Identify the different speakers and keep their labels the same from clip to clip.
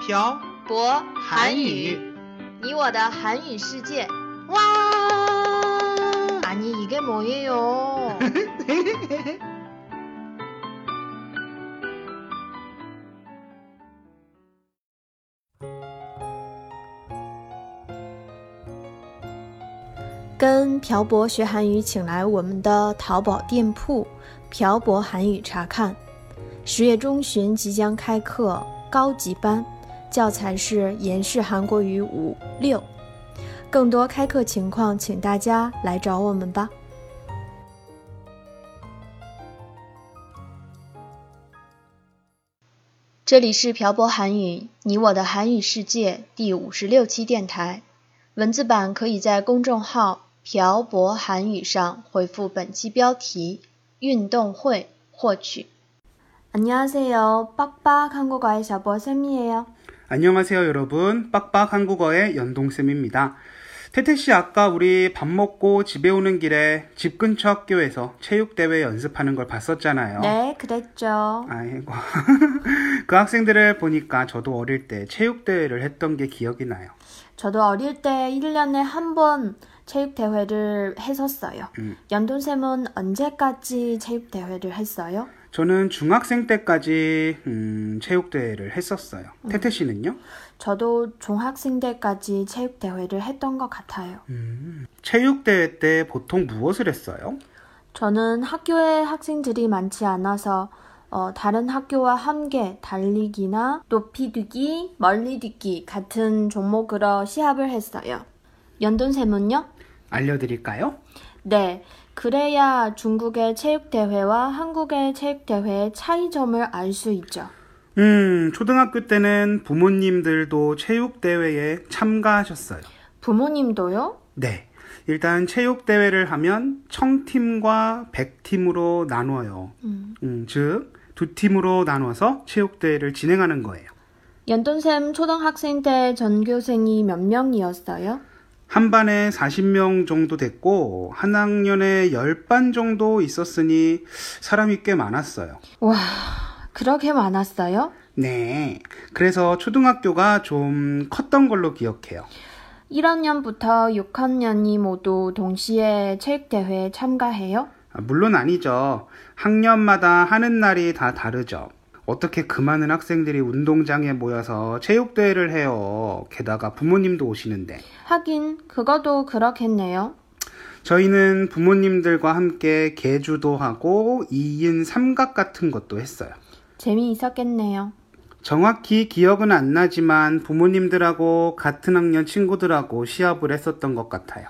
Speaker 1: 朴
Speaker 2: 博
Speaker 1: 韩语，
Speaker 2: 你我的韩语世界。
Speaker 1: 와.
Speaker 2: 아니 이게 뭐예요?
Speaker 3: 跟朴博学韩语，请来我们的淘宝店铺“朴博韩语”查看。十月中旬即将开课高级班，教材是《延世韩国语五六》。更多开课情况，请大家来找我们吧。
Speaker 2: 这里是朴博韩语，你我的韩语世界第五十六期电台。文字版可以在公众号“朴博韩语”上回复本期标题“运动会”获取。
Speaker 3: 안녕하세요. 빡빡한 국어의 샤버 쌤이에요.
Speaker 4: 안녕하세요, 여러분. 빡빡 한국어의 연동쌤입니다. 태태씨, 아까 우리 밥 먹고 집에 오는 길에 집 근처 학교에서 체육대회 연습하는 걸 봤었잖아요.
Speaker 3: 네, 그랬죠.
Speaker 4: 아이고. 그 학생들을 보니까 저도 어릴 때 체육대회를 했던 게 기억이 나요.
Speaker 3: 저도 어릴 때 1년에 한 번 체육대회를 했었어요.
Speaker 4: 음.
Speaker 3: 연돈쌤은 언제까지 체육대회를 했어요?
Speaker 4: 저는 중학생 때까지, 음, 체육대회를 했었어요. 태태씨는요?
Speaker 3: 저도 중학생 때까지 체육대회를 했던 것 같아요.
Speaker 4: 체육대회 때 보통 무엇을 했어요?
Speaker 3: 저는 학교에 학생들이 많지 않아서 어, 다른 학교와 함께 달리기나 높이뛰기, 멀리뛰기 같은 종목으로 시합을 했어요. 연돈샘은요?
Speaker 4: 알려드릴까요?
Speaker 3: 네. 그래야 중국의 체육대회와 한국의 체육대회의 차이점을 알 수 있죠.
Speaker 4: 음, 초등학교 때는 부모님들도 체육대회에 참가하셨어요.
Speaker 3: 부모님도요?
Speaker 4: 네. 일단 체육대회를 하면 청팀과 백팀으로 나눠요.
Speaker 3: 음.
Speaker 4: 음, 즉, 두 팀으로 나눠서 체육대회를 진행하는 거예요.
Speaker 3: 연돈샘 초등학생 때 전교생이 몇 명이었어요?
Speaker 4: 한 반에 40명 정도 됐고, 한 학년에 10반 정도 있었으니 사람이 꽤 많았어요.
Speaker 3: 와, 그렇게 많았어요?
Speaker 4: 네. 그래서 초등학교가 좀 컸던 걸로 기억해요.
Speaker 3: 1학년부터 6학년이 모두 동시에 체육대회에 참가해요?
Speaker 4: 아, 물론 아니죠. 학년마다 하는 날이 다 다르죠. 어떻게 그 많은 학생들이 운동장에 모여서 체육대회를 해요. 게다가 부모님도 오시는데.
Speaker 3: 하긴, 그것도 그렇겠네요.
Speaker 4: 저희는 부모님들과 함께 개주도 하고 2인 삼각 같은 것도 했어요.
Speaker 3: 재미있었겠네요.
Speaker 4: 정확히 기억은 안 나지만 부모님들하고 같은 학년 친구들하고 시합을 했었던 것 같아요.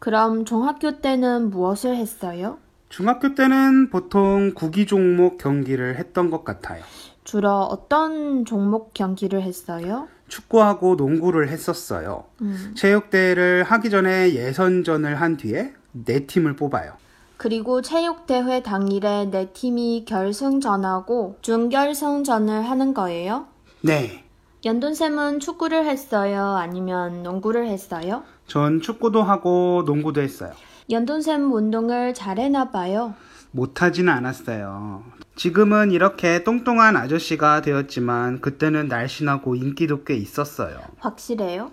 Speaker 3: 그럼 중학교 때는 무엇을 했어요?
Speaker 4: 중학교 때는 보통 구기 종목 경기를 했던 것 같아요.
Speaker 3: 주로 어떤 종목 경기를 했어요?
Speaker 4: 축구하고 농구를 했었어요.
Speaker 3: 음.
Speaker 4: 체육대회를 하기 전에 예선전을 한 뒤에 네 팀을 뽑아요.
Speaker 3: 그리고 체육대회 당일에 네 팀이 결승전하고 준결승전을 하는 거예요?
Speaker 4: 네.
Speaker 3: 연돈쌤은 축구를 했어요? 아니면 농구를 했어요?
Speaker 4: 전 축구도 하고 농구도 했어요.
Speaker 3: 연돈쌤 운동을 잘해나 봐요.
Speaker 4: 못하진 않았어요. 지금은 이렇게 똥똥한 아저씨가 되었지만 그때는 날씬하고 인기도 꽤 있었어요.
Speaker 3: 확실해요?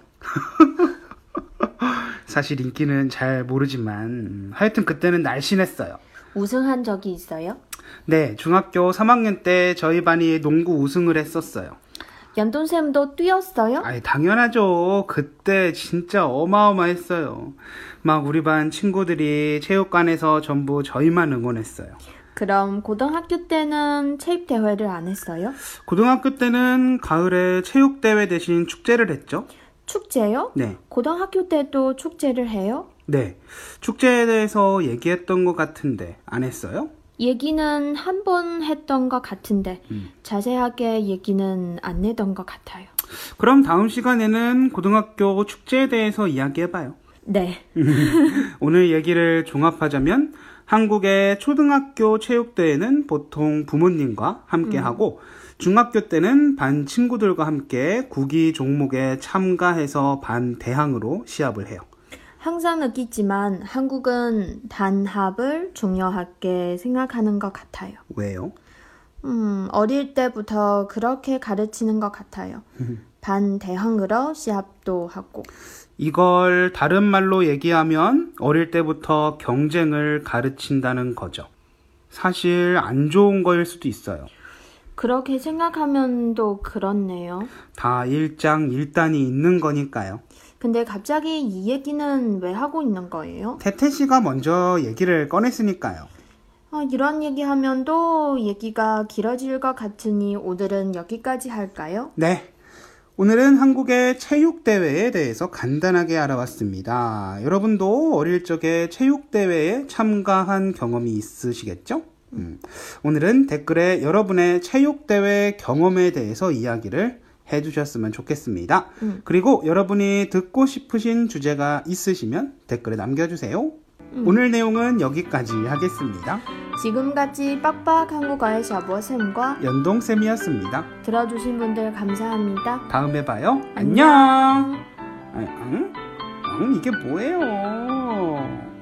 Speaker 4: 사실 인기는 잘 모르지만 음, 하여튼 그때는 날씬했어요.
Speaker 3: 우승한 적이 있어요?
Speaker 4: 네, 중학교 3학년 때 저희 반이 농구 우승을 했었어요.
Speaker 3: 연돈쌤도 뛰었어요?
Speaker 4: 아이, 당연하죠. 그때 진짜 어마어마했어요. 막 우리 반 친구들이 체육관에서 전부 저희만 응원했어요.
Speaker 3: 그럼 고등학교 때는 체육대회를 안 했어요?
Speaker 4: 고등학교 때는 가을에 체육대회 대신 축제를 했죠?
Speaker 3: 축제요?
Speaker 4: 네.
Speaker 3: 고등학교 때도 축제를 해요?
Speaker 4: 네. 축제에 대해서 얘기했던 것 같은데, 안 했어요?
Speaker 3: 얘기는 한 번 했던 것 같은데 자세하게 얘기는 안 했던 것 같아요.
Speaker 4: 그럼 다음 시간에는 고등학교 축제에 대해서 이야기해봐요.
Speaker 3: 네.
Speaker 4: 오늘 얘기를 종합하자면 한국의 초등학교 체육대회는 보통 부모님과 함께 하고 중학교 때는 반 친구들과 함께 구기 종목에 참가해서 반 대항으로 시합을 해요.
Speaker 3: 항상 느끼지만 한국은 단합을 중요하게 생각하는 것 같아요.
Speaker 4: 왜요?
Speaker 3: 음, 어릴 때부터 그렇게 가르치는 것 같아요. 반 대항으로 시합도 하고
Speaker 4: 이걸 다른 말로 얘기하면 어릴 때부터 경쟁을 가르친다는 거죠. 사실 안 좋은 거일 수도 있어요.
Speaker 3: 그렇게 생각하면 또 그렇네요.
Speaker 4: 다 일장 일단이 있는 거니까요.
Speaker 3: 근데 갑자기 이 얘기는 왜 하고 있는 거예요?
Speaker 4: 태태 씨가 먼저 얘기를 꺼냈으니까요.
Speaker 3: 아, 이런 얘기하면 또 얘기가 길어질 것 같으니 오늘은 여기까지 할까요?
Speaker 4: 네. 오늘은 한국의 체육대회에 대해서 간단하게 알아봤습니다. 여러분도 어릴 적에 체육대회에 참가한 경험이 있으시겠죠? 음. 오늘은 댓글에 여러분의 체육대회 경험에 대해서 이야기를 해주셨으면 좋겠습니다.
Speaker 3: 음.
Speaker 4: 그리고 여러분이 듣고 싶으신 주제가 있으시면 댓글에 남겨주세요. 오늘 내용은 여기까지 하겠습니다.
Speaker 3: 지금까지 빡빡 한국어의 샤버쌤과
Speaker 4: 연동쌤이었습니다.
Speaker 3: 들어주신 분들 감사합니다.
Speaker 4: 다음에 봐요. 안녕! 아니, 응? 응? 이게 뭐예요?